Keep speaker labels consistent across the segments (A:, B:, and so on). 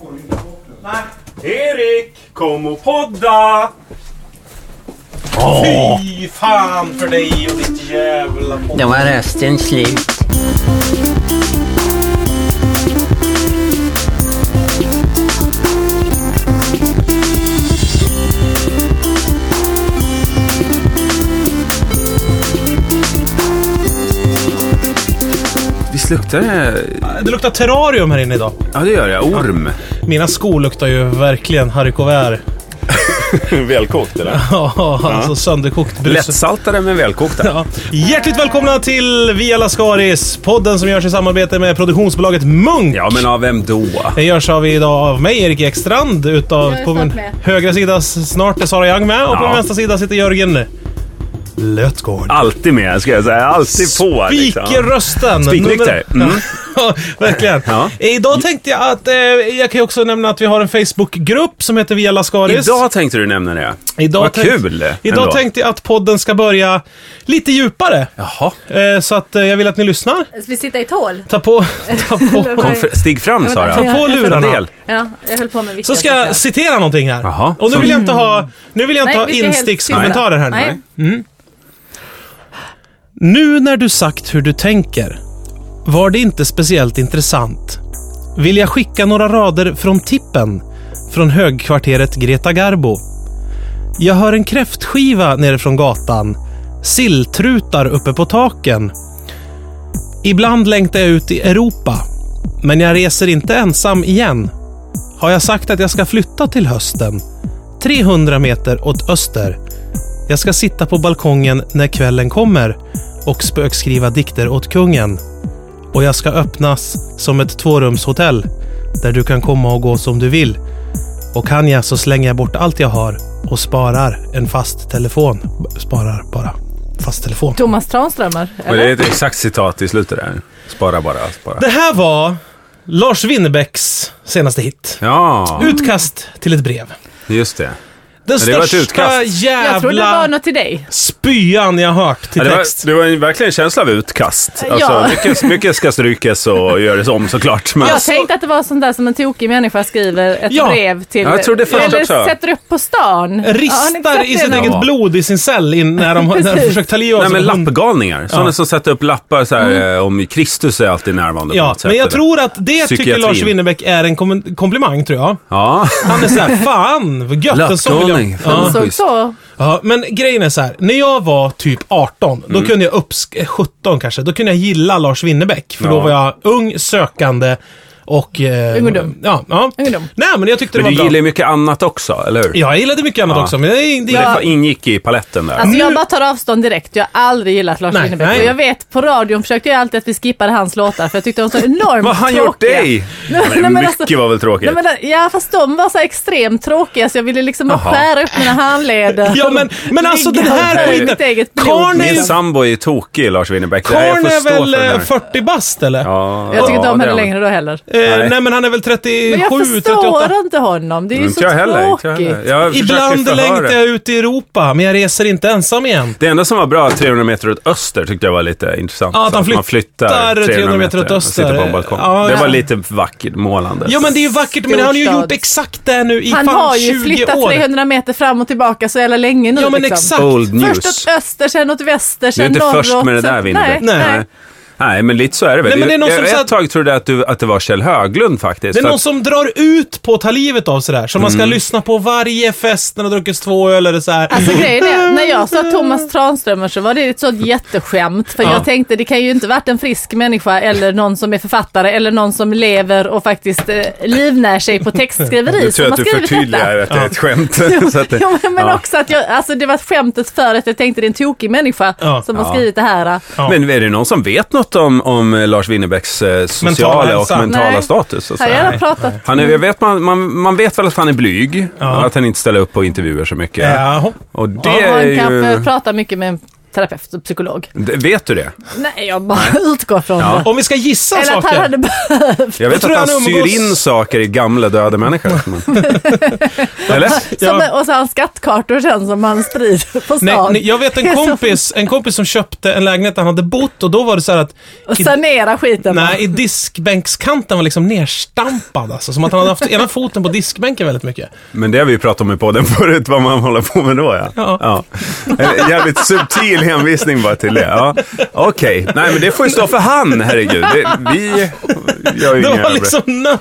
A: får ju inte bort den.
B: Nej.
C: Erik, kom och podda! Fy fan för dig och ditt jävla podd.
D: Då var rösten slut.
E: Visst luktar det...
B: Det luktar terrarium här inne idag.
E: Ja, det gör jag. Orm.
B: Mina skor luktar ju verkligen haricots
C: Välkokt eller?
B: Ja, alltså sönderkokt brus.
E: Lättsaltade men välkokta.
B: Ja. Hjärtligt välkomna till Via Lascaris, podden som görs i samarbete med produktionsbolaget Munk.
E: Ja, men av vem då?
B: Den görs av idag av mig, Erik Ekstrand. Utav,
F: Jag är
B: på min
F: snart med.
B: högra sida s- snart är Sara Young med och på
E: Ja.
B: min vänstra sida sitter Jörgen Lötgård.
E: Alltid med, ska jag säga. Alltid på. liksom.
B: Spikerrösten!
E: Spiknykter.
B: Nummer-
E: Mm.
B: Ja, verkligen.
E: Ja.
B: Idag tänkte jag att, eh, jag kan ju också nämna att vi har en Facebookgrupp som heter Via Lascaris.
E: Idag tänkte du nämna det.
B: Idag
E: Vad
B: tänk-
E: kul!
B: Idag
E: ändå.
B: tänkte jag att podden ska börja lite djupare.
E: Jaha.
B: Eh, så att eh, jag vill att ni lyssnar.
F: Ska vi sitta i tål?
B: Ta på, ta på,
E: Kom, fr- stig fram,
F: Ja, men-
E: Sara.
F: Ta på
B: lurarna.
E: En del.
F: Ja, jag höll på med viktiga
B: så ska jag
F: saker.
B: citera någonting här.
E: Jaha.
B: Och nu vill jag inte ha, nu vill jag inte
F: Nej,
B: ha
F: vi ska helst
B: instickskommentarer här
F: sitta.
B: nu. Mm.
F: Nej.
B: Nu när du sagt hur du tänker var det inte speciellt intressant. Vill jag skicka några rader från tippen från högkvarteret Greta Garbo. Jag hör en kräftskiva nere från gatan. Silltrutar uppe på taken. Ibland längtar jag ut i Europa. Men jag reser inte ensam igen. Har jag sagt att jag ska flytta till hösten? 300 meter åt öster. Jag ska sitta på balkongen när kvällen kommer och spökskriva dikter åt kungen. Och jag ska öppnas som ett tvårumshotell där du kan komma och gå som du vill. Och kan jag så slänger jag bort allt jag har och sparar en fast telefon. B- Sparar bara fast telefon.
F: Thomas Tranströmer,
E: Och det
F: eller?
E: är ett exakt citat i slutet där. Spara bara, spara.
B: Det här var Lars Winnerbäcks senaste hit.
E: Ja,
B: Utkast till ett brev.
E: just det.
B: Den
E: det var ett
B: största
E: utkast.
F: Jag trodde det var
B: jävla
F: något till dig.
B: spyan jag hört till
E: Ja, det,
B: text.
E: var, det var en- verkligen en känsla av utkast.
F: Ja.
E: Alltså, mycket, mycket ska strykes och göras om såklart. Men...
F: Jag tänkte att det var sånt där som en tokig människa skriver ett
B: Ja.
F: brev till.
E: Ja, jag trodde först
F: eller
E: också.
F: sätter upp på stan. Ja, ni
B: Ristar
F: sätter
B: i sitt
F: den.
B: eget
E: Ja.
B: blod i sin cell in, när, de, när de
F: Precis.
B: försökt ta livet av
E: Nej, men
B: sig.
E: lappgalningar. Sådana som sätter upp lappar så här, eh, om Kristus är alltid närvarande. på
B: Mm. Ja,
E: något sätt,
B: men jag
E: eller?
B: tror att det tycker
E: Psykiatrin.
B: Lars Winnerbäck är en kom- komplimang, tror jag.
E: Ja.
B: Han är såhär, fan vad gött. en sån vill jag-
E: Lappgalning.
B: Ja.
E: Fan,
F: Såg
E: schysst.
F: så.
B: Ja, men grejen är så här. När jag var typ 18,
E: Mm.
B: då kunde jag uppsk- eh, 17 kanske, då kunde jag gilla Lars Winnerbäck. För då
E: Ja.
B: var jag ung, sökande och... Eh,
F: Ung och dum.
B: Ja, ja.
F: Ung och dum.
B: Nej, men jag tyckte
E: Men
B: det
E: du
B: var bra.
E: gillar ju mycket annat också, eller hur?
B: Ja, jag gillade mycket annat
E: Typ. Ja.
B: också, men det, det,
E: Men Det ingick i paletten där.
F: Alltså
B: Nu-
F: jag bara tar avstånd direkt. Jag har aldrig gillat Lars
B: Nej, nej.
F: Winnerbäck. Och jag vet, på radion försökte jag alltid att vi skippade hans låtar för jag tyckte de var så enormt
E: Vad har han gjort
F: tråkiga.
E: dig?
F: Nej,
E: Nej,
F: men
E: mycket
F: alltså-
E: var väl tråkigt?
F: Nej, men, ja fast de var så här extremt tråkiga så jag ville liksom bara
E: Jaha.
F: skära upp mina handleder.
B: Ja, men, men alltså den här
F: Ligga i
B: skiten.
F: mitt eget blod.
B: Karln är,
E: Min
B: ju-
E: sambo är tokig, Lars Winnerbäck. Det här, jag
B: karln
E: får
B: är
E: stå för
B: väl
E: den här.
B: eh, 40 bast eller?
E: Ja,
F: Jag tycker
E: ja,
F: inte om
E: det
F: henne
E: är han.
F: längre då heller.
B: Eh,
E: Nej.
B: nej men han är väl 37,
F: Men jag förstår
B: 38.
F: inte honom. Det är ju
E: Mm, Inte
F: så
E: jag heller. Inte jag
F: tråkigt.
E: heller. Jag försöker
B: Ibland
E: förhöra.
B: längtar jag ut i Europa, men jag reser inte ensam igen.
E: Det enda som var bra, 300 meter åt öster, tyckte jag var lite intressant.
B: Ja, att
E: Så
B: han flyttar 300 meter åt
E: och Sitter på en
B: öster.
E: balkong.
B: Ja,
E: det
B: ja.
E: var lite vackert målande.
B: Ja men det är ju vackert, men han har ju
F: Storstads-
B: gjort exakt det nu i
F: Han
B: fan
F: har ju
B: 20
F: flyttat
B: år.
F: 300 meter fram och tillbaka så jävla länge nu.
B: Ja men
F: liksom.
B: exakt.
E: Old news.
F: Först åt öster, sen åt väster,
E: Du är
F: sen
E: inte
F: norrut.
E: först med det där,
F: sen-
E: Winnerbäck.
F: Nej, nej.
E: Nej. Nej, men lite så är det väl.
B: Nej, men det är någon
E: jag,
B: som
E: ett
B: sa att-
E: tag trodde jag att, du, att det var Kjell Höglund faktiskt.
B: Det
E: för
B: är någon
E: att- Mm.
B: som drar ut på att ta livet av sig där. Som man ska lyssna på varje fest när det har druckits två öl eller så här.
F: Alltså grejen är, när jag sa Thomas Tranströmer så var det ett sånt jätteskämt. För jag tänkte, det kan ju inte varit en frisk människa eller någon som är författare eller någon som lever och faktiskt eh, livnär sig på
E: Det
F: textskriveri
E: tror
F: som
E: jag
F: har
E: att du
F: skrivit detta.
E: förtydligar att det är ett skämt. så att det,
F: Jo, men men
E: ja.
F: också att jag, alltså det var skämtet för att jag tänkte det är en tokig människa
B: Ja.
F: som
E: Ja.
F: har skrivit det här.
B: Ja.
E: Men är det någon som vet något om, om eh, Lars Winnerbäcks eh, sociala
B: Mentala
E: och
B: hälsa.
E: mentala
F: Nej.
E: status? Och så
F: Har jag
E: här?
F: gärna pratat.
E: Han är, jag vet, man, man, man vet väl att han är blyg, att han inte ställer upp på intervjuer så mycket.
B: Jaha.
E: Och det
F: Och
E: är
F: han
E: ju...
F: kanske pratar mycket med terapeut och psykolog.
E: Det- Vet du det?
F: Nej, jag bara utgår från
E: Ja.
F: det.
B: Om vi ska gissa
F: Eller att
B: saker.
F: han hade behövt.
E: Jag vet
B: tror
E: att han
B: han umgås-
E: syr in saker i gamla döda människor. Men... Eller?
B: Ja.
F: Som, och så hans skattkartor sen som han sprider på
B: Nej,
F: stan.
B: nej, jag vet en kompis, en kompis som köpte en lägenhet där han hade bott och då var det så här att
F: Och sanera skiten. va?
B: nej, i diskbänkskanten var liksom nerstampad. Alltså, som att han hade haft ena foten på diskbänken väldigt mycket.
E: Men det har vi ju pratat om i podden förut, vad man håller på med då ja.
B: Ja.
E: En jävligt subtil hänvisning bara till det. Ja. Okej, nej men det får ju stå för han, herregud. Det, vi gör ju
B: Det
E: inga
B: var liksom nött.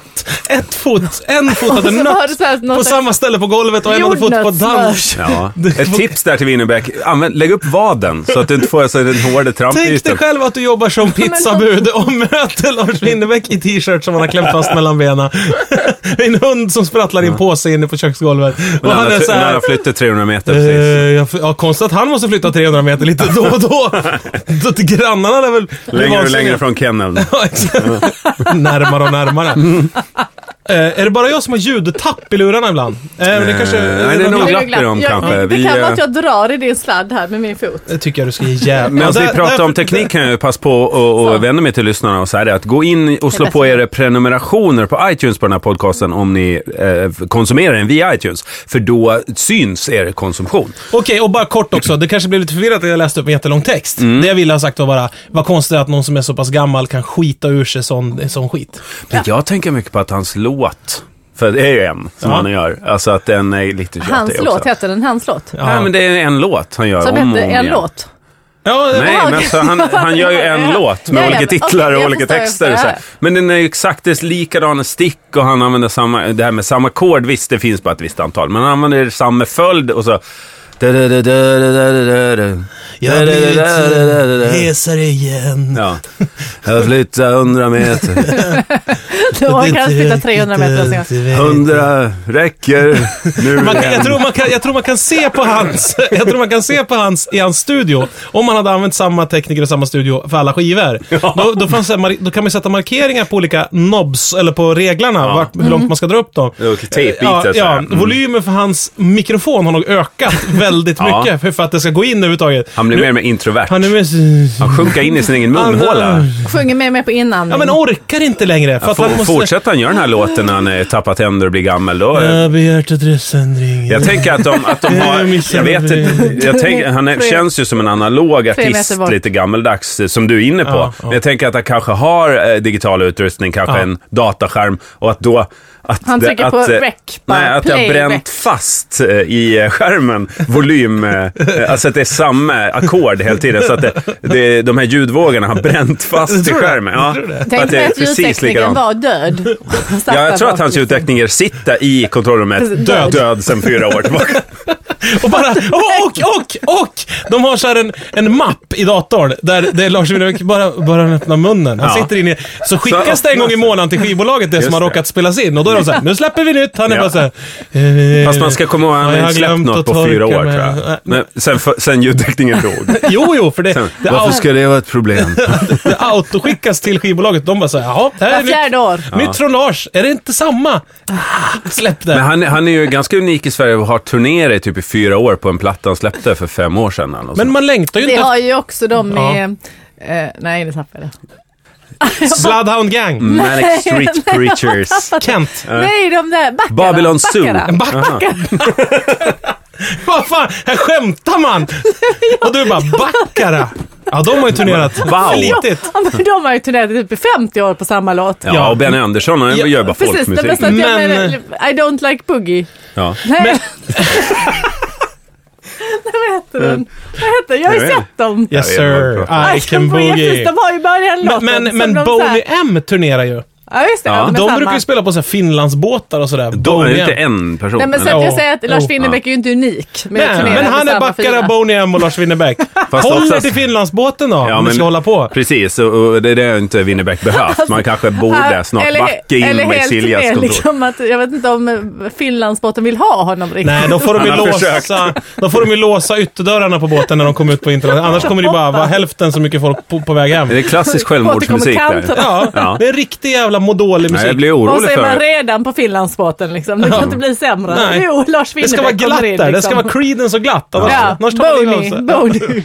B: Ett fot, en fot hade
F: Så var det
B: nött
F: så här, något
B: på
F: slags-
B: samma ställe på golvet och en hade fot på dans.
F: Jordnötssmör.
E: Ja.
B: Det
E: Ett
B: var-
E: tips där till Winnerbäck, Använd, lägg upp vaden så att du inte får så den hårda
B: Tänk dig
E: trampytan.
B: själv att du jobbar som pizzabud och möter Lars Winnerbäck i t-shirt som han har klämt fast mellan benen. En hund som sprattlar i en påse inne på köksgolvet. Och
E: Men han
B: han är
E: har-
B: så
E: när han
B: här,
E: har flyttat 300 meter
B: Eh,
E: precis.
B: jag, f- ja, konstigt att han måste flytta 300 meter lite då och då. då till grannarna lär väl...
E: Längre och
B: vansinniga.
E: längre från kenneln.
B: Ja, exakt. närmare och närmare. Eh, är det bara jag som har ljudtapp i lurarna ibland? Eh, men det kanske...
E: Eh, nej, det är nog-
F: Jag
E: glapp i
F: glapp.
E: dem
F: jag,
E: kanske.
F: Det
E: Vi,
F: kan vara
E: eh,
F: att jag drar i din sladd här med min fot.
B: Det tycker jag du ska ge jävla...
E: Medan
B: Ja,
E: alltså, vi
B: där-
E: pratar
B: där-
E: om teknik kan jag ju passa på och,
F: Så.
E: och vända mig till lyssnarna och säga det att gå in och slå
F: bäst.
E: på er prenumerationer på iTunes på den här podcasten om ni eh, konsumerar den via iTunes. För då syns er konsumtion.
B: Okej, och bara kort också. Det kanske blev lite förvirrat att jag läste upp en jättelång text.
E: Mm.
B: Det jag ville ha sagt var bara, vad konstigt att någon som är så pass gammal kan skita ur sig sån, sån skit.
E: Men jag tänker mycket på att hans låt, för det är ju en som
B: Ja.
E: han gör, alltså att den är lite tjatig
F: Hans
E: också.
F: låt, heter den hans låt?
E: Ja. Nej, men det är en låt han gör
F: Som
E: om
F: heter
E: och om
F: en
E: igen.
F: låt.
B: Ja,
E: Nej,
F: Jaha,
E: men
F: okej.
E: så han, han gör ju en
F: Ja,
E: låt med
F: ja,
E: olika
F: men-
E: titlar
F: okej,
E: och
F: jag
E: olika
F: förstår, jag
E: texter. Och så här.
F: förstår.
E: Men den är ju exakt det är likadana stick och han använder samma, det här med samma ackord, visst det finns bara ett visst antal, men han använder samma följd och så...
B: Jag blir hesare igen.
E: Ja. Jag flyttar 100 meter,
F: Då orkar han flytta 300 meter och
E: eh,
F: sen.
E: 100 räcker nu
B: Man kan, jag,
E: igen.
B: tror man kan, jag tror man kan se på hans, jag tror man kan se på hans, i hans studio, om han hade använt samma tekniker och samma studio för alla skivor. Då, då, fanns det, mar- då kan man sätta markeringar på olika knobs, eller på reglarna, vart, hur
F: Mm.
B: långt man ska dra upp dem. Eh,
E: Och tejpbitar
B: Ja,
E: så här.
B: ja,
E: Mm.
B: volymen för hans mikrofon har nog ökat väldigt
E: Ja.
B: mycket för- för att det ska gå in överhuvudtaget.
E: Han blir mer och mer introvert.
B: Han är med...
E: Han sjunker in i sin egen
B: Han-
E: munhåla.
F: Sjunger med mig på innan.
B: Ja, men orkar inte längre. För att han
E: Får-
B: måste...
E: Fortsätter han göra den här låten när han eh, tappat tänder och blir gammal, då eh,
B: Jag begärt adressändring.
E: Jag tänker att de, att de har,
B: Jag missar
E: jag vet
B: det.
E: inte, jag tänker, han är, känns ju som en analog
F: Tre meter
E: artist,
F: bort.
E: lite gammeldags, eh, som du är inne på.
B: Ja, ja.
E: Men jag tänker att han kanske har eh, digital utrustning, kanske
B: Ja.
E: en dataskärm och att då att,
F: Han
E: det-
F: trycker på
E: att, eh,
F: rec, bara
E: Nej, att jag
F: play,
E: har bränt
F: rec.
E: fast eh, i eh, skärmen volym, eh, eh, alltså att det är samma ackord hela tiden. Så att det, det, de här ljudvågorna har bränt fast i
B: Tror du det?
E: skärmen. Ja,
B: Tror du det?
E: för
F: Tänk
E: det
F: dig
E: är
F: att ljudteknikern var död. Satt
E: Ja,
F: där
E: jag tror att
F: bak,
E: hans
F: liksom.
E: ljudtekniker sitter i kontrollrummet,
F: Död.
E: död, död sedan fyra år tillbaka.
B: Och bara, och, och, och, och! De har så här en, en mapp i datorn där det är Lars Winnerbäck bara, bara han öppnar munnen. Han
E: Ja.
B: sitter inne. Så skickas det en gång i månaden till skivbolaget det som
E: Just
B: har
E: det.
B: råkat spelas in. Och då är de så här, nu släpper vi nytt. Han är
E: Ja.
B: bara så här, eh,
E: Fast man ska komma ihåg att
B: Ja,
E: han
B: jag
E: har
B: har
E: släppt
B: glömt
E: något
B: att
E: på fyra
B: torka
E: år
B: mig.
E: tror
B: Nej.
E: jag. Men sen, för, sen ljudtekniken dog.
B: Jo, jo, för det,
E: Sen,
B: det,
E: varför
B: au,
E: ska det vara ett problem?
B: det autoskickas till skivbolaget. De bara så här, jaha, det här
F: Var
B: är
F: fjärde
B: nytt,
F: år.
B: nytt från Lars. Är det inte samma? Ah, Släpp
E: Men
B: det.
E: han, han är ju ganska unik i Sverige och har turnerat i typ i fyra år på en platta han släppte för fem år sedan. eller något
B: Men
E: sånt.
B: man längtar ju
F: Det
B: inte
F: har
B: efter
F: ju också de
B: Ja.
F: i... eh, nej, det tappade jag.
B: Sludhound Gang.
E: Mm. Manic Street Preachers.
B: Kent.
F: Nej, de där backarna.
E: Babylon Zoo.
F: backarna.
B: Backa. Vad fan, här skämtar man! Och du bara, Baccara! Ja, de har ju turnerat
E: Wow.
B: flitigt.
F: Ja, men de har ju turnerat i typ i 50 år på samma låt.
E: Ja, och Benny Andersson han
B: Ja,
E: gör bara
F: Precis, det
E: folkmusik.
F: bästa att jag
B: Men-
F: menar, I don't like boogie.
E: Ja.
F: Nej. Nej, vad heter
E: Mm.
F: den? Vad heter den? Jag har ju
E: Jag vet
F: sett dem.
B: Yes
E: Jag vet vad du
B: sir,
E: pratar
B: I can boogie.
F: De har ju bara
B: Men,
F: den låten.
B: men,
F: som
B: men
F: de så
B: Boney
F: här-
B: M turnerar ju.
F: Ja, just det.
E: Ja.
F: Ja.
B: De brukar ju
F: spela.
B: spela på så här Finlandsbåtar och sådär.
E: Då är
B: Boney
E: det inte
B: M.
E: en person.
F: Nej, men så
E: eller?
F: att
B: Ja.
F: jag säger att Lars
B: Jo.
F: Winnerbäck är ju inte unik. med att
B: Nej,
F: turnera
B: men
F: med
B: han är
F: samma
B: Baccara,
F: fyra.
B: Boney M och Lars Winnerbäck.
E: Fast
B: Håll dig
E: oftast-
B: till Finlandsbåten då, om ni
E: men-
B: ska hålla på.
E: Precis, och- och det är det har inte Winnerbäck behövt. Man kanske borde
F: Ja,
E: snart
F: eller-
E: backa in
F: eller
E: med
F: helt
E: Siljas
F: med,
E: kontor.
F: liksom att, Jag vet inte om eh, Finlandsbåten vill ha honom riktigt.
B: Nej, då får, de ju
E: Han har försökt.
B: låsa, då får de ju låsa ytterdörrarna på båten när de kommer ut på internet. Annars kommer det ju bara vara hälften så mycket folk på, på väg hem.
E: Det är klassisk
F: Återkommer
E: självmordsmusik där.
F: kanterna.
B: Ja,
E: Ja.
B: det är en riktig jävla jävla må dålig
E: Nej,
B: musik.
E: jag blir
F: Och så
E: orolig
F: är
E: för
F: man
E: det.
F: redan på Finlandsbåten liksom. Det kan inte bli sämre.
B: Nej.
F: Jo, Lars
B: det ska vara
F: Winnerbäck
B: glatt
F: kommer
B: där.
F: in.
B: Det ska
F: liksom.
B: vara Creedence och glatt. Annars,
F: Ja,
B: annars tar man
F: Boney.
B: det av sig.
F: Boney.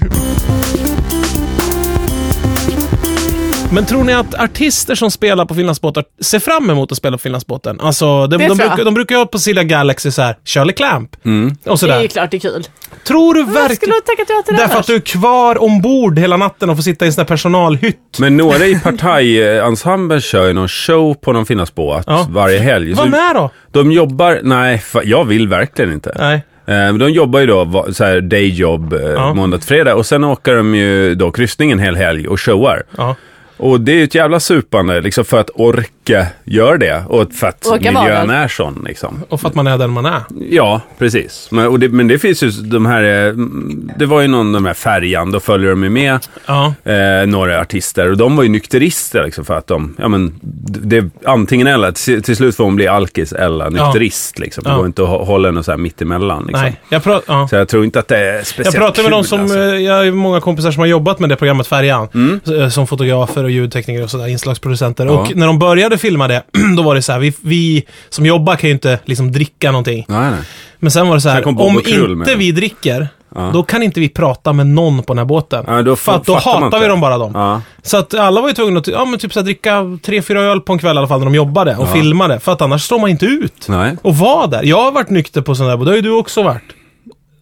B: Men tror ni att artister som spelar på Finlandsbåtar ser fram emot att spela på Finlandsbåten? Alltså, de, de,
F: Det tror jag.
B: brukar, de brukar ju ha på Silja Galaxy så här, Shirley Clamp och
F: Det är
B: sådär.
F: ju klart det är kul.
B: Tror du
F: Varför skulle
B: verkligen...
F: du tacka ja till det
B: Därför att du är kvar ombord hela natten och får sitta i en sån här personalhytt.
E: Men några i partajensemblen kör ju någon show på någon Finlandsbåt
B: Ja.
E: varje helg.
B: Var
E: Så
B: med då!
E: de jobbar, nej, fa- jag vill verkligen inte.
B: Nej.
E: Eh, men De jobbar ju då va- så här dayjob eh, måndag till fredag och sen åker de ju då kryssning en hel helg och showar.
B: Ja.
E: Och det är ju ett jävla supande liksom för att orka göra det och för att
F: Orka vara
E: miljön
F: där.
E: är sån liksom.
B: Och för att man är den man är.
E: Ja, precis. Men, och det, men det finns ju de här, eh, mm, det var ju någon, de här färjan, då följer de ju med
B: Ja.
E: eh, några artister och de var ju nykterister liksom för att de, ja men, det är antingen eller, till, till slut får hon bli alkis eller nykterist liksom. Det
B: Ja.
E: går inte att hå- hålla något så här mittemellan liksom.
B: Nej. Jag, pra- ja.
E: Så jag tror inte att det är
B: jag
E: speciellt
B: pratar med
E: kul,
B: de som...
E: alltså. Mm.
B: eh, Jag har ju många kompisar som har jobbat med det programmet Färjan. Eh, Som fotografer och ljudtekniker och sådär, inslagsproducenter. Och när de började filma det, då var det så här, vi, vi som jobbar kan ju inte liksom dricka någonting.
E: Nej, nej.
B: Men sen var det så här,
E: Sen kom Bob
B: om
E: och Krull med
B: inte
E: den.
B: vi dricker, då kan inte vi prata med någon på den här båten.
E: Ja, då
B: för att
E: fa-
B: då
E: fattar man
B: hatar vi
E: inte.
B: dem bara dem.
E: Ja.
B: Så att alla var ju tvungna att ja, men typ så här, dricka tre, fyra öl på en kväll i alla fall när de jobbade och filmade. För att annars står man inte ut.
E: Nej.
B: Och var där. Jag har varit nykter på sån där båt, det har ju du också varit.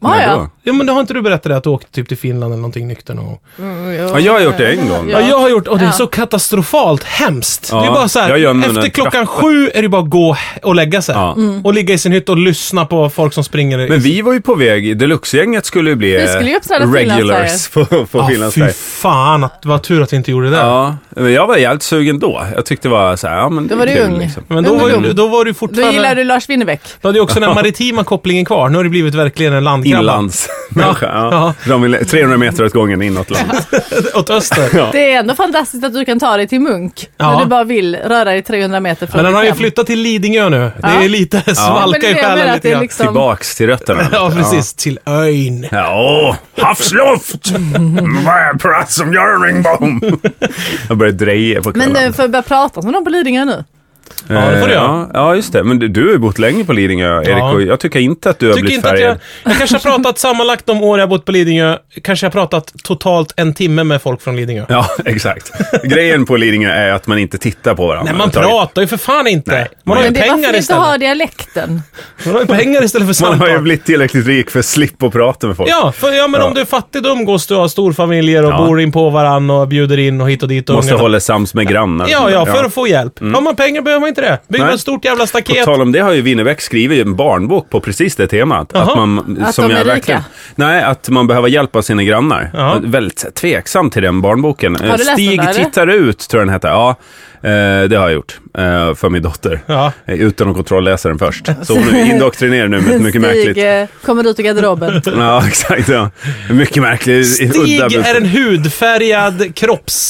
F: Ja,
E: Nej,
F: ja.
E: då.
B: Ja men det har inte du berättat det att du åkte typ till Finland eller någonting nykter någon gång?
E: Ja, jag har gjort det en gång.
B: Ja, jag har gjort, och det är så katastrofalt hemskt.
E: Ja,
B: det är bara så
E: jag
B: här,
E: gömmer
B: efter
E: den
B: klockan
E: trappan.
B: sju är det bara att gå och lägga sig. Mm.
E: Ja.
B: Och ligga i sin hytt och lyssna på folk som springer. i-
E: Men vi var ju på väg, Deluxe-gänget skulle ju bli
F: Vi skulle ju uppträda
E: eh,
F: Finlandsfärjor.
E: regulars på, på
B: Ja, Ah, fy
E: Finlandsfärjor.
B: fan, att, vad tur att vi inte gjorde det.
E: Ja, men jag var jävligt sugen då. Jag tyckte det var så här, ja men
F: Då
E: det
F: var
E: är
F: du
E: kul,
F: ung.
E: Liksom.
B: Men då
F: Den är
B: var, ju,
F: dum.
B: då var det ju
F: Då
B: fortfarande...
F: gillar du Lars Winnerbäck.
B: Då hade ju också den maritima kopplingen kvar. Nu har det blivit verkligen en landkrabba.
E: Inlandsmänniska.
B: Ja.
E: Ja.
B: Ja.
E: De vill 300 meter åt gången inåt landet.
B: Åt öster.
F: Det är ändå fantastiskt att du kan ta dig till Munk
B: Ja.
F: när du bara vill röra dig 300 meter från
B: Men den
F: ditt
B: har ju
F: hem.
B: flyttat till Lidingö nu. Det är lite
F: Men
B: svalka
F: det är
B: i
F: det jag menar,
B: själen
F: att
B: lite
F: det är
B: grann.
F: liksom...
E: Tillbaks till rötterna.
B: Ja, precis. Till ön.
E: Ja, åh, havsluft! Vad är plats som gör ringbom? Jag börjar dreja på
F: Men eh,
E: kvällen.
F: nu får vi börja prata som någon på Lidingö nu.
B: Ja, det får du
E: Eh,
B: göra.
E: ja, ja, just det. Men du, du har ju bott länge på Lidingö, Erik.
B: Ja.
E: Och jag tycker inte att du har
B: Tycker
E: blivit
B: inte att jag,
E: färgad.
B: jag kanske har pratat sammanlagt de år jag bott på Lidingö. Kanske jag har pratat totalt en timme med folk från Lidingö.
E: Ja, exakt. Grejen på Lidingö är att man inte tittar på varandra.
B: Nej, man
E: överhuvudtaget.
B: pratar ju för fan inte.
E: Nej.
B: Man har ju
F: Men det är varför
B: pengar
F: vi inte har
B: istället.
F: dialekten.
B: Man har ju pengar istället för
E: Man har ju
B: samtal.
E: blivit tillräckligt rik för att slippa prata med folk.
B: Ja, för, ja men
E: Ja.
B: om du är fattig då umgås du och har storfamiljer och
E: Ja.
B: bor in på varann och bjuder in och hit och dit. Och
E: Måste
B: ungarna-
E: hålla sams med grannar.
B: Ja, ja, för att få hjälp. Har man pengar behöver man inte det. Bygga
E: Nej.
B: ett stort jävla staket.
E: På tal om det har ju Winnerbäck skrivit en barnbok på precis det temat.
B: Jaha.
E: Att, man,
F: Att
E: som
F: de är
E: jag
F: rika.
E: verkligen- Nej, att man behöver hjälp av sina grannar.
B: Ja.
E: Jag är Väldigt tveksam till den barnboken. Eh,
F: du läst den
E: Stig
F: där, eller?
E: tittar ut, tror jag den heter. Ja, eh, det har jag gjort. Eh, för min dotter.
B: Ja.
E: Eh, Utan att kontrollläsa den först. Så hon är indoktrinerad nu med ett mycket märkligt...
F: Stig eh, kommer ut ur garderoben.
E: Ja, exakt. Ja. Mycket märkligt.
B: Stig är en hudfärgad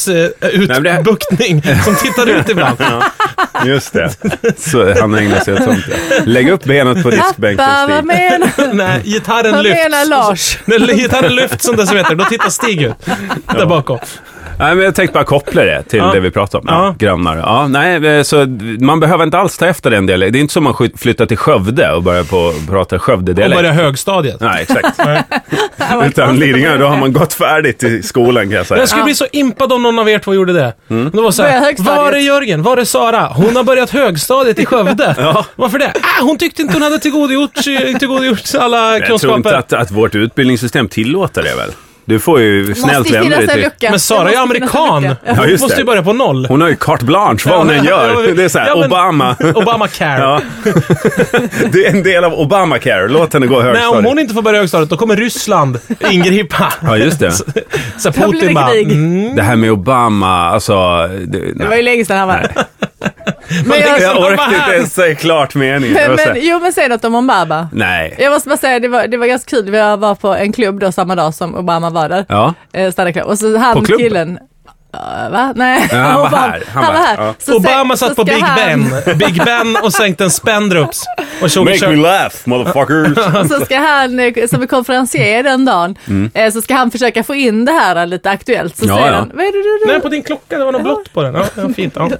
B: kroppsutbuktning
E: det-
B: som tittar ut ibland.
E: Just det. Så han ägnar sig åt sånt. ja. Lägg upp benet på diskbänken,
F: Pappa, vad
E: Stig.
F: menar
B: När gitarren
F: vad
B: lyfts.
F: menar Lars?
B: När gitarren lyfts som decimeter, då tittar Stig ut. Där bakom.
E: Nej, men jag tänkte bara koppla det till
B: Ja.
E: det vi pratar om. Ja.
B: Ja.
E: Grannar. Ja, nej, eh, så man behöver inte alls ta efter den delen. Det är inte som man skjut- flyttar till Skövde och börjar på, prata
B: Och
E: Skövde-dialekt.
B: börjar högstadiet.
E: Nej, exakt. Utan Lidingö, då har man gått färdigt i skolan kan jag säga.
B: Jag skulle bli så impad om någon av er två gjorde det.
E: Mm.
B: Det var så
F: Börja
B: här,
F: högstadiet.
B: var är Jörgen? Var är Sara? Hon har börjat högstadiet i Skövde. Varför det? Ah, hon tyckte inte hon hade tillgodogjort, tillgodogjort alla
E: Jag tror
B: kunskaper.
E: inte att, att vårt utbildningssystem tillåter det väl? Du får ju snällt
F: Måste ju
E: lämna
F: finnas
E: dig
F: en
E: till...
F: lucka.
B: Men Sara är
F: Det
B: ju
F: måste finnas en
B: amerikan.
F: lucka.
B: Hon
E: Ja, just
B: måste ju
E: det.
B: börja på noll.
E: Hon har ju carte blanche vad hon än gör. Det är så här,
B: Ja, men-
E: Obama.
B: Obamacare.
E: Ja. Det är en del av Obamacare. Låt henne gå
B: Nej, om hon
E: högstadiet.
B: inte får börja högstadiet, då kommer Ryssland ingripa.
E: Ja, just det.
B: Så
F: Då blir
B: Putin
F: det
B: bara...
F: krig.
B: Mm,
E: Det här med Obama, alltså... Det,
F: Det var ju länge sedan han var här. Men
B: länge
E: Jag
F: jag,
B: sedan.
E: orkade inte ens säga klart meningen. Jag
F: men,
E: var så här,
F: men, jo men säg något om Obama.
E: Nej.
F: Jag måste bara säga, det var, det var ganska kul. Vi var på en klubb då samma dag som Obama var där.
E: Ja.
F: Eh, Stanna kvar. Och så han
E: På klubben?
F: killen. Ja, va? Nej.
E: Ja, han var
F: Obama-
E: här.
F: Han var här.
E: Ja.
F: Så
B: Obama
F: sen-
B: satt
F: så
B: på
F: ska
B: Big
F: han-
B: Ben. Big Ben och sänkte en Spendrups. Och Shogun
E: Make me
B: kör-
E: laugh motherfuckers.
F: Och så ska han, eh, som är konferencier den dagen, eh, så ska han försöka få in det här eh, lite aktuellt. Så
E: Mm. Ja,
F: säger
E: ja.
F: han, vad är det du, du?
B: Nej, på din klocka. Det var något blått på den. Ja, ja, fint. Ja.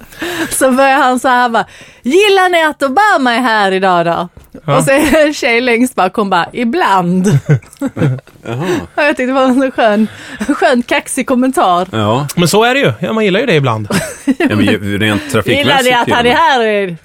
F: Så börjar han så här bara, gillar ni att Obama är här idag då?
B: Ja.
F: Och så är det en tjej längst bak, hon bara, ibland. Och jag tyckte det var en så skön, skönt kaxig kommentar.
E: Ja,
B: Men så är det ju. Ja, man gillar ju det ibland.
E: ja, men ju- rent
F: Gillar
E: trafikmässigt.
F: ni att han är här?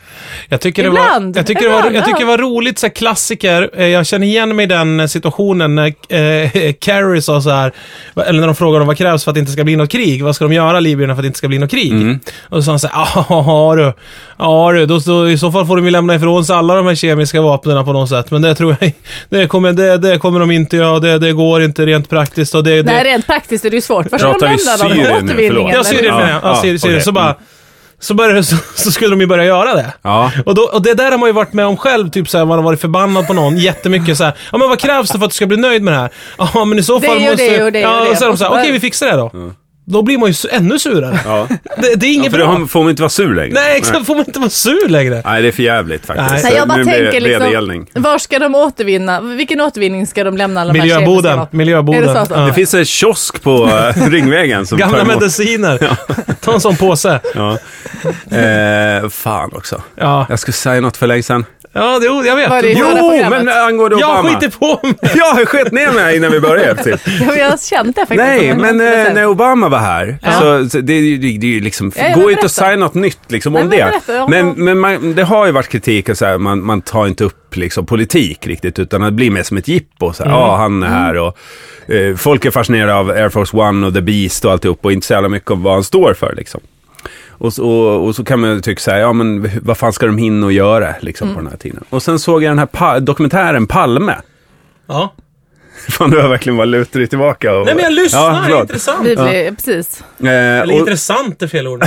B: Jag tycker det
F: Ibland.
B: var, jag tycker det var,
F: Ibland,
B: jag tycker
F: ja.
B: det var roligt, så här, klassiker. Eh, Jag känner igen mig i den eh, situationen när eh, Carrie sa så här, va- eller när de frågade om vad krävs för att det inte ska bli något krig. Vad ska de göra, libyerna, för att det inte ska bli något krig?
E: Mm.
B: Och så sa han så här, ja du, ja du, då, då, i så fall får de ju lämna ifrån sig alla de här kemiska vapnen på något sätt. Men det tror jag, det kommer, det, det kommer de inte göra, det, det går inte rent praktiskt och det, det,
F: Nej, rent praktiskt är det ju svårt. Var ska de
E: Pratar vi
F: lämna dem?
E: Syrien nu?
F: Återvinningen?
E: Förlåt.
B: Ja, Syrien menar jag. Ja,
E: Ja,
B: Syrien, Syrien.
E: okej.
B: Så bara... Så, började, så, så skulle de ju börja göra det.
E: Ja.
B: Och, då, och det där har man ju varit med om själv, typ såhär, man har varit förbannad på någon jättemycket såhär. Ja men vad krävs det för att du ska bli nöjd med det här? Ja men i så
F: Det
B: fall
F: är ju
B: måste...
F: det och det
B: ja,
F: och det.
B: och så är de såhär,
F: Och så-
B: okej vi fixar det då. Då blir man ju su- ännu surare.
E: Ja.
B: Det, det är
E: Ja,
B: inget
E: för
B: bra.
E: då har- får man inte vara sur längre.
B: Nej exakt, får man inte vara sur längre.
E: Nej, det är för jävligt faktiskt.
B: Nej.
F: Nej, jag bara
E: nu blir
F: tänker
E: det
F: liksom,
E: vedergällning.
F: var ska de återvinna? Vilken återvinning ska de lämna alla de här kemiska
B: Miljöboden.
F: vapnen?
B: Miljöboden.
F: Är det så att-
B: Ja.
E: Det finns en kiosk på eh, Ringvägen som tar
B: Gamla
E: emot-
B: mediciner. Ta en sån påse.
E: Ja. Eh, fan också.
B: Ja,
E: Jag skulle säga något för länge sedan.
B: ja jo, jag vet.
F: Var det-
B: Jo,
F: förra
E: Jo,
F: programmet.
E: men angående
B: jag
E: Obama.
B: skiter på mig.
E: Ja, jag sket ner mig innan vi började. Typ.
F: Ja, men Jag har känt det faktiskt.
E: Nej,
F: Jag
E: men
F: har inte
E: eh,
F: sett.
E: när Obama var här,
F: Ja.
E: så, så det, är ju- det, är ju liksom,
F: Ja, men
E: går ju inte att
F: berätta.
E: säga något nytt liksom, om
F: Nej, men
E: det.
F: berätta, om-
E: Men, men man, det har ju varit kritik, och så här, man, man tar inte upp liksom, politik riktigt, utan det blir mer som ett jippo. Så här,
F: Mm.
E: Ja, han är här och eh, folk är fascinerade av Air Force One och The Beast och alltihop och inte så jävla mycket om vad han står för. Liksom. Och så, och, och så kan man ju tycka så här, ja men hur- vad fan ska de hinna och göra liksom,
F: Mm.
E: på den här tiden? Och sen såg jag den här pa- dokumentären Palme.
B: Ja.
E: Fan, du har verkligen bara lutat dig tillbaka. Och,
B: Nej men jag lyssnar, det är
E: förlåt.
B: intressant.
F: Vi blir, precis.
E: Eh,
B: Eller
E: och-
B: intressant är fel ord.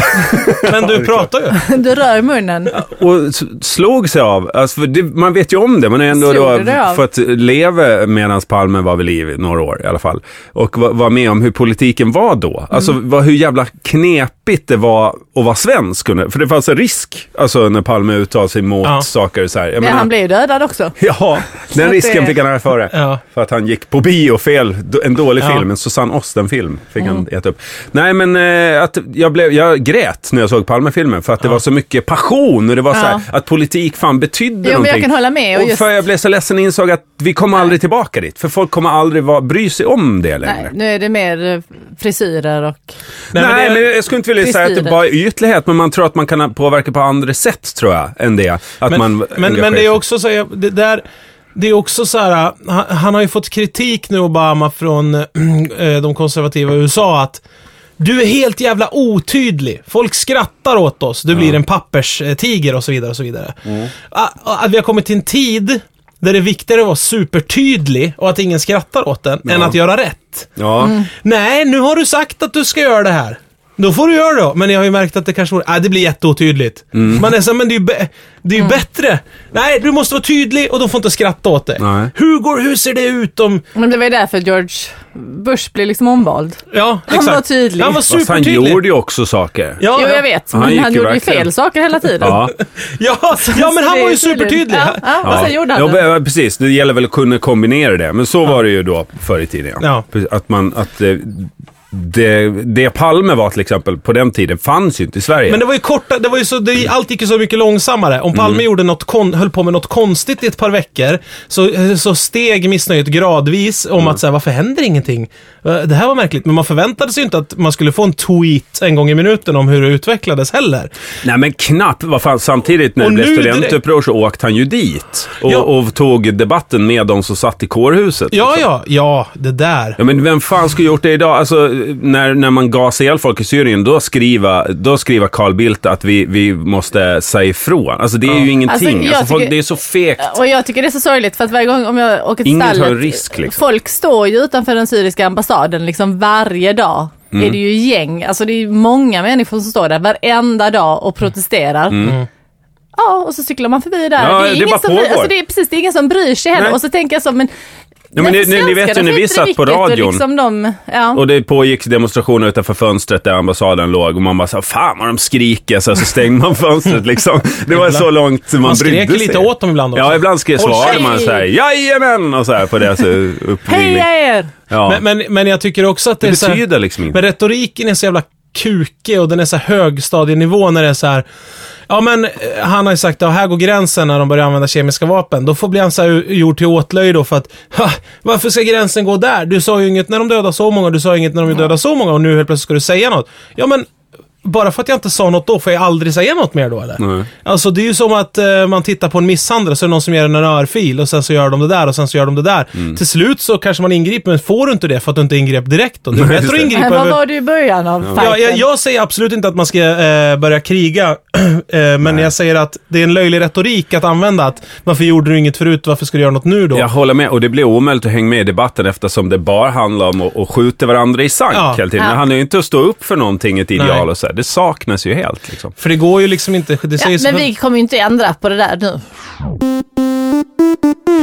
B: Men du pratar ju.
F: Du rör munnen.
E: och s- slog sig av. Alltså, för det, man vet ju om det, man har ändå
F: Slog
E: då
F: du dig av?
E: fått leva medan Palme var vid liv i några år i alla fall. Och va- var med om hur politiken var då. Alltså vad, hur jävla knepigt det var att vara svensk. under- För det fanns en risk, alltså när Palme uttalade sig mot
B: Ja.
E: saker så här. Jag
F: Men
E: menar-
F: han blir ju dödad också.
E: Ja,
F: att
E: den
F: det-
E: risken fick han här före.
B: Ja.
E: För att han gick på bio fel, d- en dålig
B: Ja.
E: film, en Susanne Osten-film fick han äta upp. Nej men eh, att jag, blev, jag grät när jag såg Palme-filmen för att det var så mycket passion och det var så här, att politik fan betydde
F: jag
E: någonting.
F: kan hålla med, och
E: Och
F: just-
E: för jag blev så ledsen och insåg att vi kommer aldrig tillbaka dit. För folk kommer aldrig va, bry sig om det längre.
F: Nej, nu är det mer eh, frisyrer och...
E: Nej,
B: men det-
E: men, jag skulle inte vilja säga att det
F: Frisyrer.
E: bara är ytlighet, men man tror att man kan påverka på andra sätt tror jag, än det. Att
B: Men,
E: man
B: men, men det är
E: engagerar
B: också så, jag- det där, det är också så här, han, han har ju fått kritik nu Obama från eh, de konservativa i USA att du är helt jävla otydlig. Folk skrattar åt oss. Du blir en papperstiger och så vidare. Och så vidare.
E: Mm.
B: Att, att vi har kommit till en tid där det är viktigare att vara supertydlig och att ingen skrattar åt den än att göra rätt.
E: sig. Ja.
B: Nej, nu har du sagt att du ska göra det här. Då får du göra det då. Men jag har ju märkt att det kanske vore... Ah, det blir jätteotydligt.
E: Mm.
B: Man är så, här, men det är ju, bä- det är
F: Mm.
B: ju bättre. Nej, du måste vara tydlig och de får inte skratta åt dig.
E: Nej.
B: Hur, går, hur ser det ut om...
F: Men det var ju därför George Bush blev liksom omvald.
B: Ja,
F: Han
B: exakt.
F: var tydlig.
B: Han var
E: Fast han
B: supertydlig.
E: gjorde ju också saker.
B: Ja,
F: Jo, jag
B: ja.
F: vet.
E: Han
F: Men
E: gick
F: han,
E: ju
F: gjorde ju
E: verkligen.
F: fel saker hela tiden.
E: Ja.
B: Ja, ja, men
F: Så
B: han
F: det
B: var
F: är
B: ju supertydlig.
F: Ja, ja, och
E: Ja.
F: sen gjorde
E: ja,
F: han det.
E: men, precis. Det gäller väl att kunna kombinera det. Men så var det ju då förr i tiden.
B: Ja.
E: Precis, Att, man, att eh, det, det Palme var till exempel på den tiden fanns ju inte i Sverige.
B: Men det var ju korta, det var ju så, det, allt gick ju så mycket långsammare. Om Palme gjorde något kon, höll på med något konstigt i ett par veckor, så, så steg missnöjet gradvis om att säga varför händer ingenting? Eh, Det här var märkligt, men man förväntade sig ju inte att man skulle få en tweet en gång i minuten om hur det utvecklades heller.
E: Nej men knappt. Vad fan, samtidigt när
B: Och
E: det blev
B: nu
E: studentuppror så åkte han ju dit. Och,
B: Ja.
E: och tog debatten med de som satt i kårhuset.
B: Ja,
E: liksom.
B: ja, ja, det där.
E: Ja, men vem fan skulle gjort det idag? Alltså, när, när man gasar ihjäl folk i Syrien, då skriva, då skriva Carl Bildt att vi, vi måste säga ifrån. Alltså det är ju
F: Alltså,
E: ingenting.
F: jag
E: Alltså, folk,
F: tycker-
E: det är så fegt.
F: Och jag tycker det är så sorgligt för att varje gång om jag åker till
E: Ingen tar
F: stallet.
E: risk, liksom.
F: Folk står ju utanför den syriska ambassaden liksom varje dag.
E: Mm.
F: Är det ju gäng, alltså det är ju många människor som står där varenda dag och protesterar. Ja, och så cyklar man förbi där.
E: Ja,
F: det är
E: Mm. det
F: ingen
E: bara
F: som, bryr-
E: pågår.
F: alltså det är precis, det är ingen som bryr sig heller.
E: Nej.
F: Och så tänker jag så, men
E: Ja, men ni,
F: Nej,
E: ni, ni vet ju,
F: svenskarna
E: ni vi
F: skiter i
E: satt på
F: vilket och
E: radion.
F: Liksom de, ja.
E: Och det pågick demonstrationer utanför fönstret där ambassaden låg och man bara sa fan vad de skriker så, här, så stängde man fönstret liksom. Det var så långt man,
B: Man
E: brydde
B: skrek
E: sig.
B: lite åt dem ibland också.
E: Ja, ibland skrev
B: Håll
E: svarade
F: sig!
E: man så här jajamän och så här på deras eh, uppvigling.
F: Heja er!
E: Ja.
B: Men, men, men jag tycker också att det,
E: det
B: är så här,
E: betyder liksom
B: Men
E: inte.
B: retoriken är så jävla kukig och den är så här högstadienivå när det är så här. Ja men eh, han har ju sagt att här går gränsen när de börjar använda kemiska vapen. Då får bli han så här u- gjord till åtlöje då för att ha, varför ska gränsen gå där? Du sa ju inget när de dödade så många, du sa inget när de dödade så många och nu helt plötsligt ska du säga något. Ja men bara för att jag inte sa något då får jag aldrig säga något mer då eller?
E: Nej.
B: Alltså det är ju som att eh, man tittar på en misshandel och så är det någon som ger en en örfil och sen så gör de det där och sen så gör de det där.
E: Mm.
B: Till slut så kanske man ingriper men får du inte det för att du inte ingrep direkt då? Det är
E: Nej,
B: bättre att
E: just
B: ingripa
F: Nej, vad
B: över...
F: var du i början av fighten?
B: Ja, jag, jag säger absolut inte att man ska eh, börja kriga, eh, men jag säger att det är en löjlig retorik att använda. Att varför gjorde du inget förut, varför ska du göra något nu då?
E: Jag håller med och det blir omöjligt att hänga med i debatten eftersom det bara handlar om att, att skjuta varandra i sank
B: Ja.
E: hela tiden.
F: Ja.
E: Det handlar ju inte att stå upp för någonting, ett ideal
B: Nej.
E: och så här. Det saknas ju helt liksom.
B: För det går ju liksom inte. Det säger
F: Ja,
B: sig
F: men
B: själv.
F: vi kommer ju inte ändra på det där nu.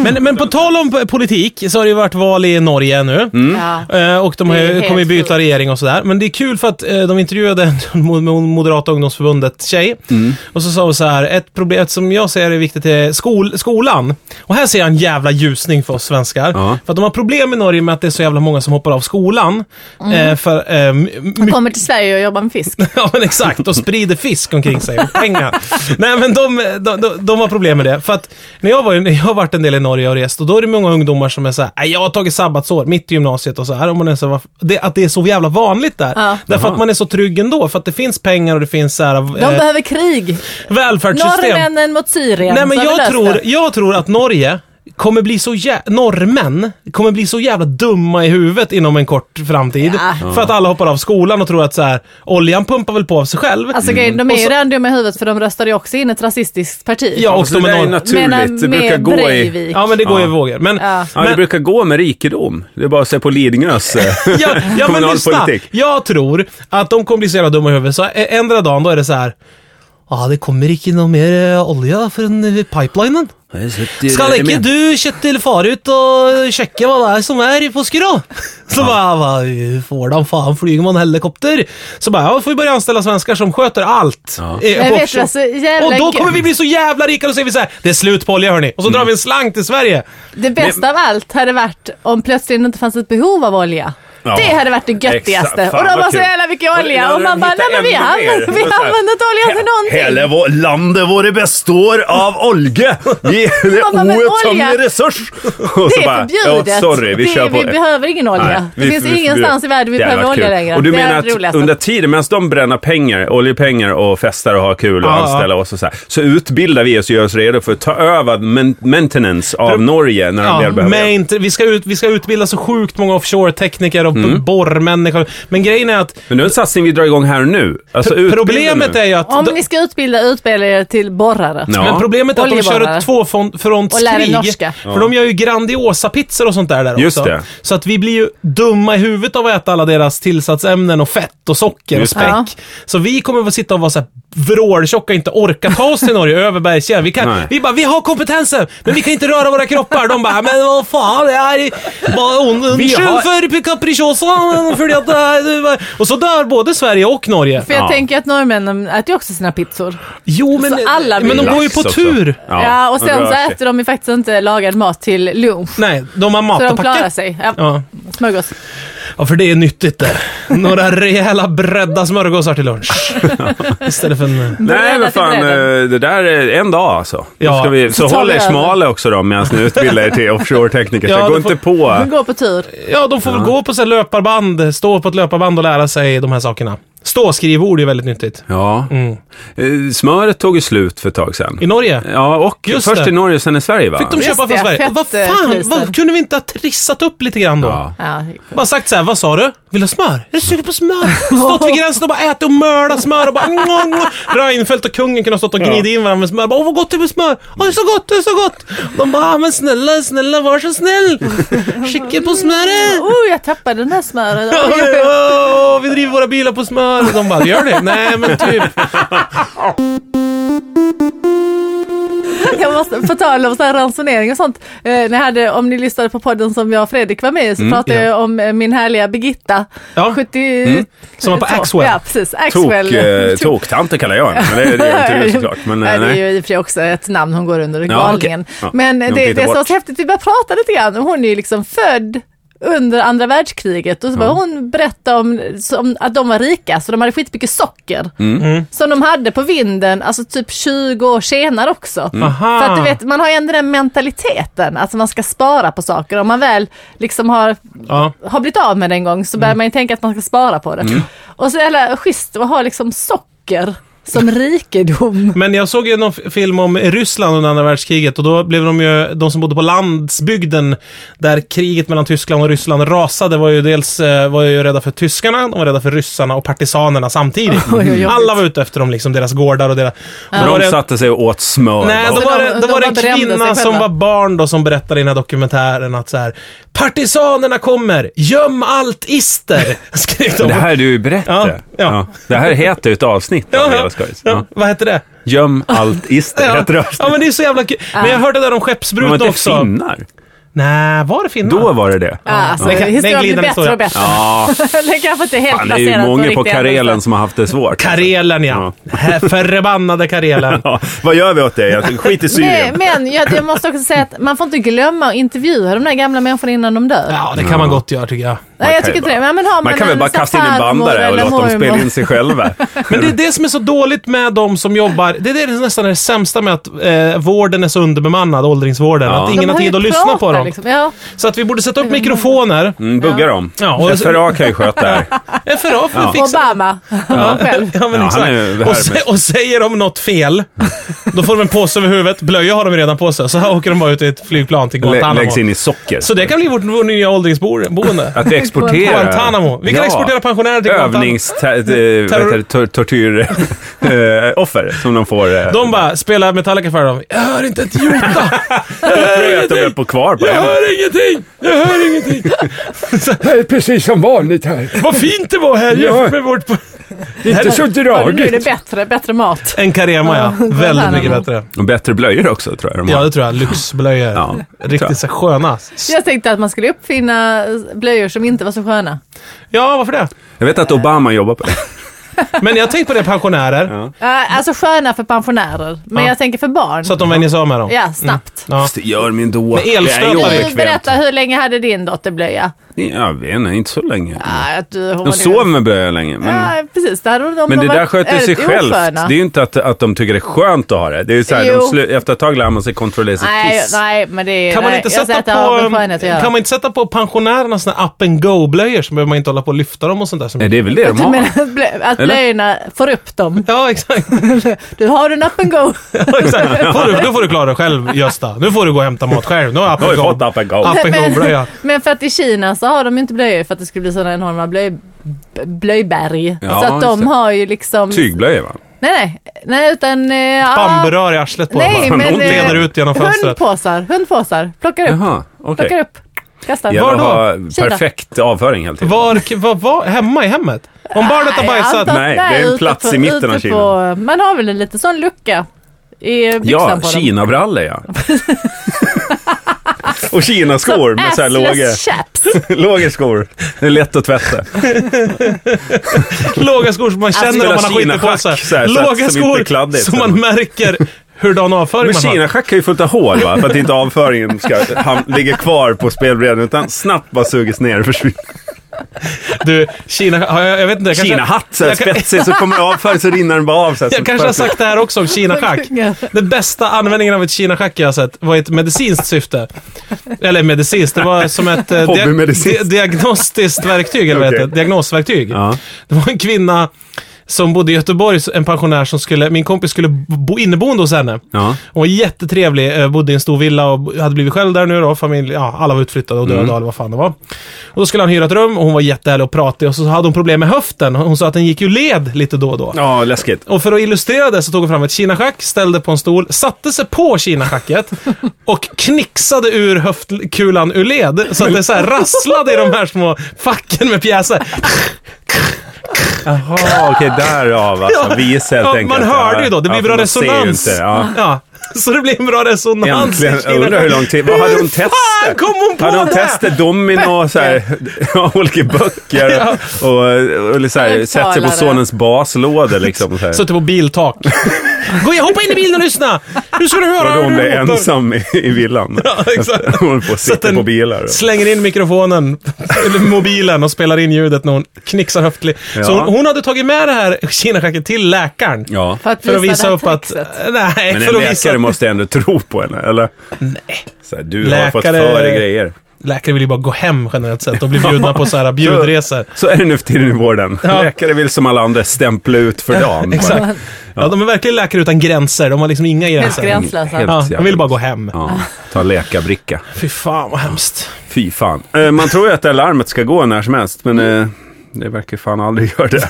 B: men, men på tal om p- politik så har det ju varit val i Norge nu.
E: Mm.
F: Ja.
B: Eh, Och de har
F: Det är
B: ju
F: helt
B: kommit byta
F: sjukt.
B: regering och sådär. Men det är kul för att eh, de intervjuade en mo- mo- Moderata ungdomsförbundet-tjej. Och så sa hon så här, ett problem som jag ser är viktigt är skol skolan. Och här ser jag en jävla ljusning för oss svenskar.
E: Ja.
B: För att de har problem i Norge med att det är så jävla många som hoppar av skolan.
F: Mm.
B: Eh, för, eh, m- my-
F: Kommer till Sverige och jobbar med fisk.
B: Ja men exakt, och sprider fisk omkring sig och pengar. Nej men de, de, de, de har problem med det. För att när jag, var, när jag har varit en del i Norge och rest och då är det många ungdomar som är så här, "Nej, jag har tagit sabbatsår mitt i gymnasiet och så här. Och man är så här "Varför?" det, att det är så jävla vanligt där.
F: Ja.
B: Därför att man är så trygg ändå, för att det finns pengar och det finns så här,
F: De
B: eh,
F: behöver krig.
B: välfärdssystem.
F: Norrmännen mot Syrien.
B: Nej
F: så
B: men
F: har vi
B: jag
F: löst
B: tror,
F: det.
B: jag tror att Norge kommer bli så jä- norrmän kommer bli så jävla dumma i huvudet inom en kort framtid.
F: Ja.
B: För att alla hoppar av skolan och tror att så här, oljan pumpar väl på av sig själv. Mm.
F: Alltså grejen, de är ju redan dumma i huvudet för de röstade ju också in ett rasistiskt parti.
B: Ja, och
E: Alltså, det
B: de
E: där
B: är
E: är
B: norr...
E: naturligt. Det
F: med
E: brukar gå i...
F: Breivik.
B: Ja men det går ju i
E: Ja.
B: vågor. Men,
F: Ja.
E: Ja, det
B: men,
E: brukar gå med rikedom. Det är bara att se på Lidingös eh,
B: ja, ja, men lyssna.
E: kommunalpolitik.
B: Jag tror att de kommer bli så jävla dumma i huvudet så ä- ändra dagen då är det så här. Ja, det kommer inte någon mer eh, olja från eh, pipelinen. Skal ikke du, Kjetil, fare ut og sjekke hva det er som er i påsker, da? Så bara, hva hvordan faen flyger man helikopter? Så bara, ja, får vi börja anställa svenskar som sköter allt.
E: Ja.
B: Eh,
F: Jag
B: och-
F: vet, alltså, jävla
B: och då kommer
F: gött.
B: vi bli så jävla rika, och så säger vi så här, det är slut på olja hörni. Och så drar vi en slang till Sverige.
F: Det bästa av allt hade varit om plötsligt det inte fanns ett behov av olja.
E: Ja.
F: Det hade varit det göttigaste.
E: Exakt. Fan,
F: och de
E: vad
F: har så
E: kul.
F: jävla mycket olja. Och, man bara, nej men vi
E: Ännu
F: har
E: mer.
F: använt, vi har använt inte olja till någonting.
E: Hela vår landet våre består av olje. Vi är
F: Ja, men
E: en
F: olja-
E: outtömlig resurs. Och
F: Det
E: så
F: är
E: bara,
F: förbjudet.
E: Ja, sorry, vi
F: Det-
E: kör på
F: vi
E: det.
F: behöver ingen olja.
E: Nej,
F: det finns ingenstans i världen vi
E: Det hade
F: behöver
E: varit
F: olja
E: kul.
F: längre.
E: Och du
F: det
E: menar
F: är det
E: att
F: roligaste.
E: under tiden medan de bränner pengar, oljepengar och festar och har kul och
B: Ja, ja.
E: anställer oss och så här, så utbildar vi oss och gör oss redo för att ta över men- maintenance av Norge när de
B: Ja,
E: väl behöver
B: men inte, vi, ska ut, vi ska utbilda så sjukt många offshore-tekniker och mm. borrmänniskor. Men grejen är att
E: Men det är en satsning vi drar igång här och nu. Alltså, utbilda
B: problemet
E: nu.
B: är ju att...
F: Om
B: de-
F: ni ska utbilda utbildare till borrare.
E: Ja.
B: Men problemet är att de kör
F: Oljeborrare.
B: ett tvåfrontskrig.
F: Och lär er norska.
B: För de gör ju Grandiosa-pizzor och sånt där, där
E: Just
B: också.
E: det.
B: Så att vi blir ju dumma i huvudet av att äta alla deras tillsatsämnen och fett och socker och
E: Just det.
B: späck.
F: Ja.
B: Så vi kommer att sitta och vara så här vråltjocka och inte orka ta oss till Norge över bergskedjan. Vi, kan,
E: Nej.
B: vi bara, vi har kompetensen, men vi kan inte röra våra kroppar. De bara, men vad fan, det här är bara on- undskyld
E: har-
B: för capricciosa. För att det här, och så dör både Sverige och Norge.
F: För jag
E: Ja.
F: tänker att norrmännen äter ju också sina pizzor.
B: Jo, men,
F: Så alla
B: men de
F: blir-
B: går ju på
E: Lax också.
B: tur.
F: Ja, och sen så äter de ju faktiskt inte lagad mat till lunch.
B: Nej, de har
F: Så de
B: matapacker.
F: klarar sig. Ja.
B: Ja.
F: Smörgås.
B: ja, för det är nyttigt det. Några rejäla bredda smörgåsar till lunch. Istället för en... eh,
E: Nej, men
F: Breddat i
E: fan,
F: bredden.
E: eh, det där är en dag alltså.
B: Ja,
E: Ja, ska vi, så
F: så tar
E: håll
F: vi
E: er
F: över.
E: smala också då medan ni utbildar er till offshore-tekniker.
B: Ja,
E: så
B: då
E: gå
B: får-
E: inte på...
F: De går på tur.
B: Ja, de får väl gå på så här löparband, stå på ett löparband och lära sig de här sakerna. Ståskrivord är väldigt nyttigt.
E: Ja.
B: Mm.
E: Eh, Smöret tog ju slut för ett tag sedan.
B: I Norge
E: Ja, och
B: Just
E: först
B: det.
E: i Norge, sen i Sverige va?
B: fick de
F: Just
B: köpa från
F: det,
B: Sverige.
F: fett,
B: Och Vad
F: eh,
B: fan,
F: priser.
B: vad, kunde vi inte ha trissat upp lite grann då?
E: Ja.
F: Ja.
B: Bara sagt så här, vad sa du? Vill du ha smör? Jag är sugen på smör. Stått vid gränsen och bara ätit och mördat smör och bara... mwah, mwah. Reinfeldt och kungen kunde ha stått och gnidit in varandra med smör. Bara, Åh vad gott det är med smör! Åh det är så gott, det är så gott! De bara, "Ah, men snälla, snälla var så snäll! Skicka på smöret!
F: Oh, jag tappade den där smöret.
B: Åh, åh, åh, vi driver våra bilar på smör. Och de bara, gör det? Nej men typ.
F: Jag måste, på tal om så här ransonering och sånt. Eh, när jag hade, om ni lyssnade på podden som jag och Fredrik var med i så pratade jag om eh, min härliga Birgitta.
B: Ja.
F: 70...
B: Som var på
F: så.
B: Axwell.
F: Ja, precis.
E: Tok,
F: Axwell.
E: eh, toktanter kallar jag henne. Men det, det är ju inte du såklart. Men,
F: nej,
E: eh,
F: det är
E: nej.
F: ju i och för sig också ett namn hon går under,
E: Ja,
F: galningen.
E: okej. Ja,
F: Men
E: hon
F: det, det
E: tittar
F: är så
E: bort.
F: häftigt, vi började prata lite grann. Hon är ju liksom född under andra världskriget och så började hon berätta om, som, att de var rika så de hade skitmycket socker.
E: Mm.
F: Som de hade på vinden, alltså typ 20 år senare också.
E: Mm.
B: Aha.
F: För att du vet, man har ju ändå den mentaliteten, att man ska spara på saker. Om man väl liksom har
B: Ja.
F: har blivit av med det en gång så
E: Mm.
F: börjar man ju tänka att man ska spara på det. Och så är det schysst att ha liksom socker
E: Mm.
F: som rikedom.
B: Men jag såg ju någon f- film om Ryssland under andra världskriget och då blev de ju, de som bodde på landsbygden där kriget mellan Tyskland och Ryssland rasade var ju dels eh, var ju rädda för tyskarna, de var rädda för ryssarna och partisanerna samtidigt.
F: Oj, oj, oj.
B: Alla var ute efter dem, liksom, deras gårdar och deras... Och då var
E: Men
B: det-
E: de satte sig och åt smör.
B: Nej, då
F: Alltså,
B: var
F: de-
B: det, då
F: de
B: var det
F: bara
B: en
F: brände
B: kvinna
F: sig
B: som var
F: själva.
B: barn då som berättade i den här dokumentären att så här Partisanerna kommer! Göm allt ister! Skrek de.
E: det här du berättar.
B: Ja, ja.
E: Det här heter ju ett avsnitt av Jävla Skojs.
B: ja.
E: Ja.
B: Vad hette det?
E: Göm allt ister
B: Ja.
E: heter avsnittet.
B: ja, men det är så jävla kul. Men jag hörde där om
E: De var
B: skeppsbruten
E: inte
B: också.
E: finnar.
B: Nej, var det finnar?
E: Då var det det.
F: Ja, alltså,
B: Det kan- det är en
F: historien blir
B: glidande
F: bättre
B: historia.
F: och bättre.
E: Ja,
F: det kanske inte är helt
E: fan, det är ju
F: baserat
E: många på
F: riktiga
E: Karelen
F: händelser.
E: som har haft det svårt.
B: Karelen ja. Här Förbannade Karelen.
E: Ja, vad gör vi åt det? Jag tycker, Skit i
F: Nej,
E: Syrien.
F: men jag, jag måste också säga att man får inte glömma att intervjua de där gamla människorna innan de dör.
B: Ja, det kan man gott göra tycker jag.
F: Nej,
E: kan
F: jag tycker
E: ju
F: inte det.
E: bara-
F: Men, men har man,
E: Man kan
F: en
E: väl bara
F: sån
E: kasta in en
F: farmor
E: bandare och
F: eller
E: låta dem
F: mormor.
E: spela in sig själva.
B: Men det är det som är så dåligt med de som jobbar. Det är det som nästan är det sämsta med att eh, vården är så underbemannad, åldringsvården.
E: Ja.
B: Att
F: De
B: ingen har
F: har ju
B: tid att lyssna
F: pratat,
B: på dem.
F: liksom. Ja.
B: Så att vi borde sätta upp mikrofoner.
E: Mm, bugga dem.
B: Ja, och-
E: FRA kan ju sköta det här.
B: FRA får
E: Ja.
B: fixa
F: Obama. Själv.
B: Ja, men
E: Ja, han är ju
B: exakt. Och, sä-
E: härmed.
B: och säger de något fel, då får de en påse över huvudet. Blöja har de ju redan på sig. Så här åker de bara ut i ett flygplan till
E: Lä-
B: Guantanamo.
E: Läggs in i socker.
B: Så det kan bli vårt, vår nya åldringsboende.
E: Att vi exporterar...
B: Guantanamo. Vi kan exportera pensionärer till Guantanamo. Mm.
E: Övnings... eh, Tortyroffer som de får... eh,
B: De bara, spelar Metallica för dem. Jag hör inte ett jota!
E: Jag tror att de är på kvar på
B: Jag
E: hemmet.
B: hör ingenting! Jag hör ingenting!
A: Det är precis som vanligt här.
B: Vad fint det var här jämfört med vårt...
A: Det är inte så
F: Och nu är det
A: dragigt.
F: bättre, bättre mat.
B: En Carema ja. Väldigt mycket
F: Guantanamo.
B: bättre.
E: Och bättre blöjor också tror jag de
B: Ja,
E: har.
B: det tror jag. Lyxblöjor.
E: Ja, tror
B: Riktigt så sköna.
F: Jag tänkte att man skulle uppfinna blöjor som inte var så sköna.
B: Ja, varför det?
E: Jag vet att Obama jobbar på det.
B: Men jag har tänkt på det, pensionärer.
F: Äh, alltså sköna för pensionärer, men
B: Ja.
F: jag tänker för barn.
B: Så Mm. att de vänjer sig av med dem.
F: Ja, snabbt.
B: Ja.
E: Fast det gör de ändå.
B: Men elstötar
E: Det är ju
B: är-
F: Du,
E: obekvämt.
F: berätta, hur länge hade din dotter blöja?
E: Jag vet inte, inte så länge.
F: Äh, att du, hon
E: Mm. De
F: var-
E: sover med blöjor länge. Men...
F: Ja, precis. Där, de, de
E: Men det
F: var-
E: där sköter
F: är
E: sig
F: det
E: självt.
F: osköna?
E: Det är ju inte att, att de tycker det är skönt att ha det. det är ju så här, de
F: Jo.
E: slu- efter ett tag lär man sig kontrollera sitt
F: Nej,
E: piss.
F: nej, men det är...
B: Kan man,
F: nej,
B: inte
F: jag säger
B: sätta
F: att det har
B: på, um,
F: med skönhet att göra.
B: kan man inte sätta på pensionärerna såna up and go-blöjor så behöver man inte hålla på och lyfta dem och sånt där. Som
E: Nej, det är väl det de
F: Du
E: har.
F: menar att blö- att
E: Eller?
F: blöjorna får upp dem?
B: Ja, exakt.
F: Du har en up and go.
B: Ja, exakt. Får du, nu får du klara dig själv, Gösta. Nu får du gå och hämta mat själv. Nu har
E: Nu har vi fått
B: jag
E: up and go.
B: Up and go-blöja.
F: Men för att i Kina så har de ju inte blöjor för att det skulle bli sådana enorma blöj, b- blöjberg.
E: Ja,
F: så att
E: just
F: de
E: det.
F: har ju liksom...
E: Tygblöjor va?
F: Nej, nej. Nej, utan... Eh, ja.
B: Bamburör i arslet på
F: Nej,
B: dem.
F: men... eh,
B: Hon leder ut genom fönstret.
F: Hundpåsar. Hundpåsar. Plockar upp.
E: Jaha, okej.
F: Plockar upp. Kastar.
E: Gäller att
B: då?
E: ha
F: Kina.
E: perfekt avföring helt enkelt.
B: Var, var, var, hemma i hemmet? Om barnet har
F: Nej, jag
B: bajsat?
F: antar-
E: Nej, det är en
F: ute
E: plats i
F: på-
E: mitten
F: ute
E: av Kina.
F: på- Man har väl en liten sån lucka i byxan
E: Ja,
F: på dem.
E: kinabrallor ja. Och kinaskor med så här låga,
F: Assless chaps.
E: låga skor. Det är lätt att tvätta.
B: Låga skor som man
F: Alltså-
B: känner om man har
E: Spela
B: skitit på sig.
E: kinaschack så här, så att- som
B: Låga
E: inte är
B: skor
E: kladdigt.
B: som man märker hurdan avföring
E: Men
B: man har.
E: kinaschack är ju fullt av hål va? För att inte avföringen ska ham- ligga kvar på spelbrädan utan snabbt bara suges ner och försvinner.
B: Du, Kina, har jag, jag vet inte. jag kanske-
E: Kinahatt så här
B: jag kan-
E: spetsig så kommer avföringen så rinner den bara av. Så här, så
B: Jag kanske har sagt det här också om kinaschack. Den bästa användningen av ett kinaschack jag har sett var i ett medicinskt syfte. Eller medicinskt, det var som ett eh,
E: Hobbymedicinskt.
B: diagnostiskt verktyg. Eller vad
E: Okej.
B: heter det? Diagnosverktyg.
E: Ja.
B: Det var en kvinna som bodde i Göteborg, en pensionär som skulle, min kompis skulle bo inneboende hos henne.
E: Ja.
B: Hon var jättetrevlig, eh, bodde i en stor villa och hade blivit själv där nu då. Familj, ja, alla var utflyttade och döda
E: Mm.
B: eller vad fan det var. Och då skulle han hyra ett rum och hon var jättehärlig och pratig och så hade hon problem med höften. Hon sa att den gick ju led lite då och då.
E: Ja, läskigt.
B: Och för att illustrera det så tog hon fram ett kinaschack, ställde på en stol, satte sig på kinaschacket och knixade ur höftkulan ur led. Så att det så här rasslade i de här små facken med pjäser.
E: Jaha, okej, alltså. därav alltså. Viset
B: ja,
E: helt enkelt.
B: man hörde ju då, det blir
E: Ja,
B: bra
E: för man ser ju
B: resonans.
E: inte, ja.
B: Ja. Så det blir en bra resonans. i
E: Äntligen. Jag
B: Kina.
E: undrar hur lång tid. Vad hade hon testat?
B: Fan, kom hon på
E: Hade hon
B: det?
E: testat domino, så här, ja, olika böcker och, och, eller så här,
F: Högtalare.
E: sett sig på sonens baslåda liksom. Så här.
B: Suttit på biltak. Gå igen, hoppa in i bilen och lyssna! Nu ska du höra
E: Vadå
B: hur
E: hon
B: det
E: blev
B: låter.
E: ensam i, i villan?
B: Ja, exakt.
E: Hon höll på att
B: Sätt
E: sitta
B: en-
E: på bilar.
B: Slänger in mikrofonen, eller mobilen och spelar in ljudet när hon knixar höftled. Så
E: Ja.
B: hon, hon hade tagit med det här kinaschacket till läkaren.
E: Ja.
F: För att
B: För att
F: visa
B: visa
F: det här
B: upp att...
F: trixet.
B: Nej,
E: Men en
B: för att visa...
E: läkare måste ändå tro på henne, eller? Nej. Så här, du har fått
B: Läkare-
E: för dig grejer.
B: Läkare vill ju bara gå hem generellt sett och bli bjudna på så här bjudresor.
E: Så är det nu för tiden i vården.
B: Ja.
E: Läkare vill som alla andra stämpla ut för dagen.
B: Exakt. Ja, de är verkligen läkare utan gränser. De har liksom inga gränser.
F: gränslösa.
E: Helt
B: Ja, de
E: jävligt.
B: vill bara gå hem.
E: Ja, ta en läkarbricka.
B: Fy fan vad hemskt.
E: Fy fan. Eh, Man tror ju att det här larmet ska gå när som helst, men eh, det verkar fan aldrig göra det.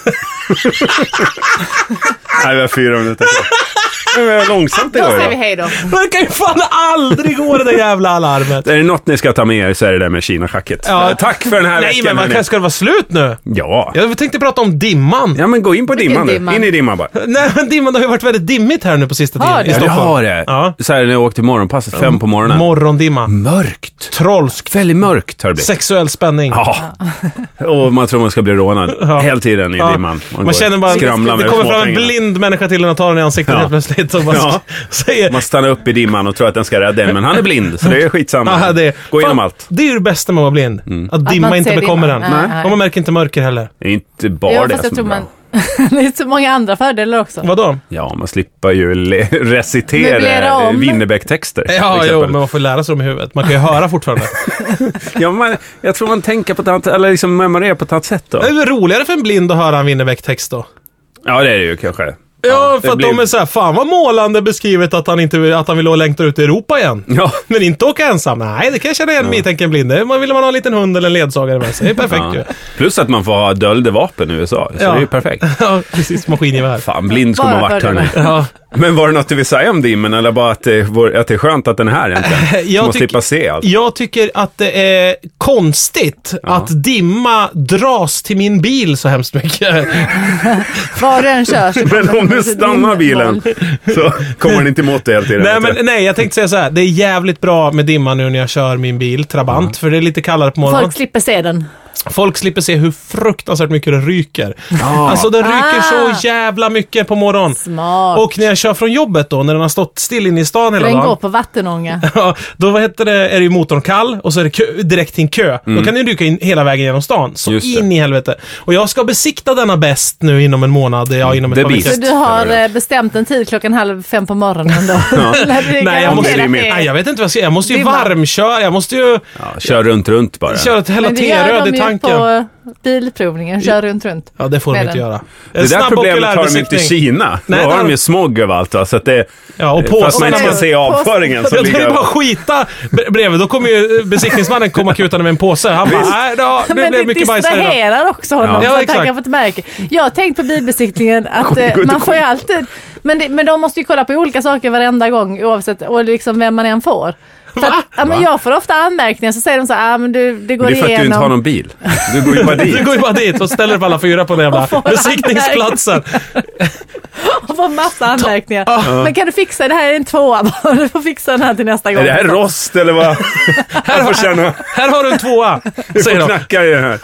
E: Nej, vi har fyra minuter kvar. Men vad långsamt det
F: Då
E: går
F: säger vi
E: idag.
F: hej då.
B: Det verkar ju fan aldrig gå det där jävla alarmet.
E: Är det något ni ska ta med er så är det där med Kina-schacket.
B: Ja.
E: Eh, Tack för den här
B: Nej, men
E: veckan.
B: man
E: hörni.
B: kanske ska det vara slut nu.
E: Ja.
B: Jag tänkte prata om dimman.
E: ja, men gå in på dimman nu.
F: dimma?
E: In i dimman bara.
B: Nej, men dimman det har ju varit väldigt dimmigt här nu på sista tiden
F: Har det?
B: i
E: Ja, det
B: Stockholm.
E: har det.
B: Ja.
E: Så här när jag åkte morgonpasset, fem på morgonen. Mm.
B: Morgondimma.
E: Mörkt.
B: Trolsk.
E: Väldigt mörkt har det blivit.
B: Sexuell spänning.
E: Ja. Och man tror man ska bli rånad.
B: Ja.
E: Hela tiden i
B: Ja.
E: dimman.
B: Man,
E: går-
B: känner bara
E: skramlar
B: det
E: med
B: kommer fram en
E: småpengar.
B: blind människa till en och tar den i ansiktet
E: Ja.
B: helt plötsligt och bara
E: Ja.
B: säger...
E: Man stannar upp i dimman och tror att den ska rädda en, men han är blind, så det är skitsamma.
B: "Ah, det, är-
E: Gå igenom
B: Fan,
E: allt. Mm.
B: det är ju det bästa med att vara blind. Att dimma
F: man
B: inte
F: ser
B: bekommer en.
F: dimman. Nej, nej.
B: Och man märker inte mörker heller.
E: Det är inte bara
F: Jo,
E: det
F: fast jag
E: som är
F: tror
E: bra.
F: man... det är så många andra fördelar också.
B: Vadå?
E: Ja, man slipper ju le-
F: Möblera
E: recitera eh,
F: om.
E: Winnerbäck-texter.
B: Ja,
E: till
B: jo, men
E: exempel.
B: man får lära sig dem i huvudet. Man kan ju höra fortfarande.
E: ja, man, jag tror man tänker på ett annat, eller liksom memorerar på ett annat sätt då.
B: Det är väl roligare för en blind att höra en Winnerbäck-text då?
E: Ja, det är det ju kanske.
B: Ja, för
E: det
B: att
E: blir-
B: de är såhär, fan vad målande beskrivet att han, inte, vill- att han vill längta ut i Europa igen.
E: Ja.
B: Men inte åka ensam. Nej, det kan jag känna igen mig i, tänker en blind. Det- Man vill man ha en liten hund eller en ledsagare med sig. Det är perfekt
E: Ja.
B: ju.
E: Plus att man får ha dolda vapen i USA, så
B: Ja.
E: det är ju perfekt.
B: Ja, precis. Maskingevär.
E: Fan, blind skulle
F: Bara
E: man varit
F: för det.
E: hörni.
B: Ja.
E: Men var det något du vill säga om dimmen, eller bara att det, vore- att det är skönt att den är här egentligen?
B: Jag
E: Så man
B: tycker-
E: slipper se allt.
B: Jag tycker att det är konstigt att dimma dras till min bil så hemskt mycket.
F: Var du än kör så kommer
E: Men om du
F: det
B: alltså,
F: finnas ett
E: stannar bilen
F: innehåll.
E: så kommer den inte emot dig hela tiden.
B: Nej,
E: vet du.
B: men, nej, jag tänkte säga så här. Det är jävligt bra med dimma nu när jag kör min bil, Trabant, för det är lite kallare på morgonen.
F: Folk
B: Folk,
F: slipper se den.
B: slipper se hur fruktansvärt mycket det ryker. Alltså, den ryker
F: Ah.
B: så jävla mycket på morgonen.
F: Smart.
B: Och när jag kör från jobbet då, när den har stått still inne i stan hela
F: Den går
B: dagen.
F: på vattenånga.
B: Ja, då vad heter det, är det ju motorn kall och så är det kö, direkt till en kö. Då kan den ju dyka in hela vägen genom stan. Så
E: Mm. Just det.
B: in i helvete. Och jag ska besikta denna bäst nu inom en månad, ja inom
E: The
B: ett par
E: Beast.
B: veckor.
F: Så du har eh, bestämt en tid klockan halv fem på morgonen då? När det
B: Nej,
F: är
B: jag,
F: garanterat
B: måste,
E: det är
F: fel.
E: mitt.
B: nej, jag vet inte vad jag ska Jag måste ju
F: Dimma.
B: varmköra, jag måste ju
E: Ja, kör runt, runt bara.
B: köra ett hela
F: Men det gör
B: T-röd
F: de
B: i
F: ju
B: tanken.
F: på bilprovningen, kör runt runt.
B: Ja, det får de
F: med
B: inte
F: den.
B: göra. En
E: Det där
B: snabb
E: problemet har de inte i
B: okulärbesiktning.
E: Kina.
B: Nej,
E: Då
B: det
E: har
B: har-
E: de ju smog överallt. va, Så att det,
B: Ja, och
E: fast man
B: påsarna.
E: inte kan se avföringen som
B: Jag
E: ligger
B: tänkte bara
E: överallt.
B: skita bre- bredvid. Då kommer ju eh, besiktningsmannen komma kutande med en påse. Han bara, nej, då, det
F: Men
B: blev
F: det
B: mycket bajs här idag.
F: distraherar också honom.
B: Ja. Ja,
F: Ja.
B: exakt.
F: Ja, han fått märke. Jag har tänkt på bilbesiktningen att eh, man får ju alltid... Men, det, men de måste ju kolla på olika saker varenda gång oavsett och liksom vem man än får. Så Att, ja, men jag får ofta anmärkningar så säger de så här, ah, men du, det går
E: Det är för att du inte
F: igenom.
E: har någon bil. Du går ju bara
B: Du
E: dit.
B: går ju bara dit och ställer upp alla fyra på den jävla
F: Och får
B: besiktningsplatsen.
F: Och får massa anmärkningar.
B: Ah.
F: Men kan du fixa det här är en tvåa bara. Du får fixa den här till nästa gång.
E: Är det här rost eller vad? Jag får känna.
B: Här har du en tvåa,
E: Du
B: säger
E: får
B: de.
E: knacka i den här.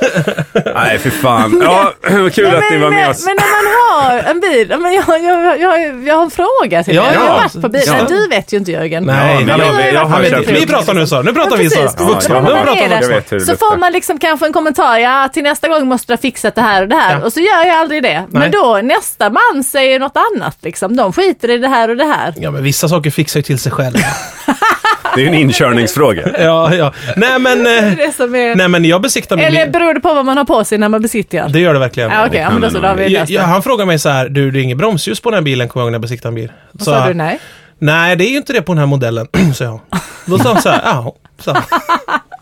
E: Nej, för fan. Ja, vad kul
F: Nej,
E: att ni var med
F: men,
E: oss.
F: men när man har en bil, ja, men jag, jag, jag, jag har en fråga till
B: Ja,
F: dig. Jag
B: ja.
F: har varit på bil.
B: Ja.
F: men Du vet ju inte Jörgen.
B: Nej,
E: Ja, men
B: nej,
E: jag-
B: nej,
E: jag har
B: han vet
E: kört
B: inte.
E: runt.
B: Vi pratar nu så. Nu pratar
F: Ja,
B: vi
F: precis.
B: så. Vuxna.
E: Ja,
B: Nu
E: ja, ja.
B: pratar
E: Jag
B: vi
E: vet
B: så.
E: hur det
F: Så
E: luktar.
F: får man liksom kanske en kommentar, ja till nästa gång måste du ha fixat det här och det här.
B: Ja.
F: Och så gör jag aldrig det.
B: Nej.
F: Men då nästa man säger något annat liksom. De skiter i det här och det här.
B: Ja, men vissa saker fixar ju till sig själv.
E: Det är ju en inkörningsfråga.
B: Ja, ja. Nej, men,
F: Det
B: eh,
F: är det som är...
B: nej, men jag besiktar min
F: Eller
B: bil.
F: beror det på vad man har på sig när man besitter?
B: Det gör det verkligen.
F: Ja, okej, ja, men då så, då har vi
B: Ja,
F: löst
B: ja,
F: det.
B: han frågar mig så här, du det är inget bromsljus på den här bilen kommer jag ihåg när jag besiktade en bil.
F: Och sa du nej?
B: Nej, det är ju inte det på den här modellen, sa jag. Då sa han så här, ja. sa han.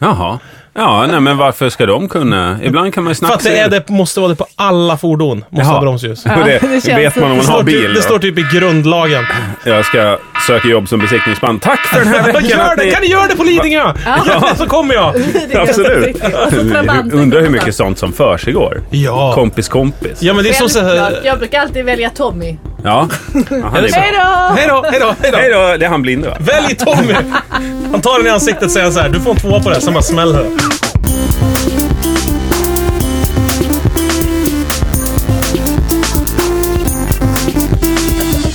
E: Jaha. Ja, nej men varför ska de kunna? Ibland kan man ju
B: För
E: snacka
B: att det, är det måste vara det på alla fordon, måste
E: Jaha.
B: ha bromsljus.
E: Och det,
F: Ja, det känns-
E: vet man om man
B: Det står
E: har
B: typ-
E: bil.
B: Det
E: då.
B: står typ i grundlagen.
E: Jag ska söka jobb som besiktningsman. Tack för den här veckan!
B: Gör
E: att
B: det!
E: ni-
B: Kan ni göra det på Lidingö? Ja, så kommer jag!
E: Absolut.
F: Trabanten.
E: Undrar hur mycket sånt som försiggår.
B: Ja.
E: Kompis kompis.
B: Ja, men det är som så här,
F: Självklart. Jag brukar alltid välja Tommy.
E: Ja. ja han är bra.
F: Hej då!
B: Hej då, hej då, hej då.
E: Hej då, det är han blinde va?
B: Välj Tommy! Han tar den i ansiktet och säger så här, du får en tvåa på det här, sen bara smäller det.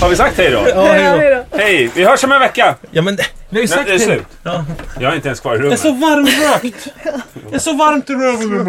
E: Har vi sagt hej då?
B: Ja, hej
F: Hej
B: då.
F: då!
E: Hej, vi hörs om en vecka.
B: Ja, men vi har ju
E: Nej,
B: sagt
E: det är
B: hej.
E: slut.
B: Ja.
E: Jag är inte ens kvar i rummet.
B: varmt rökt. Det är så varmt i röven.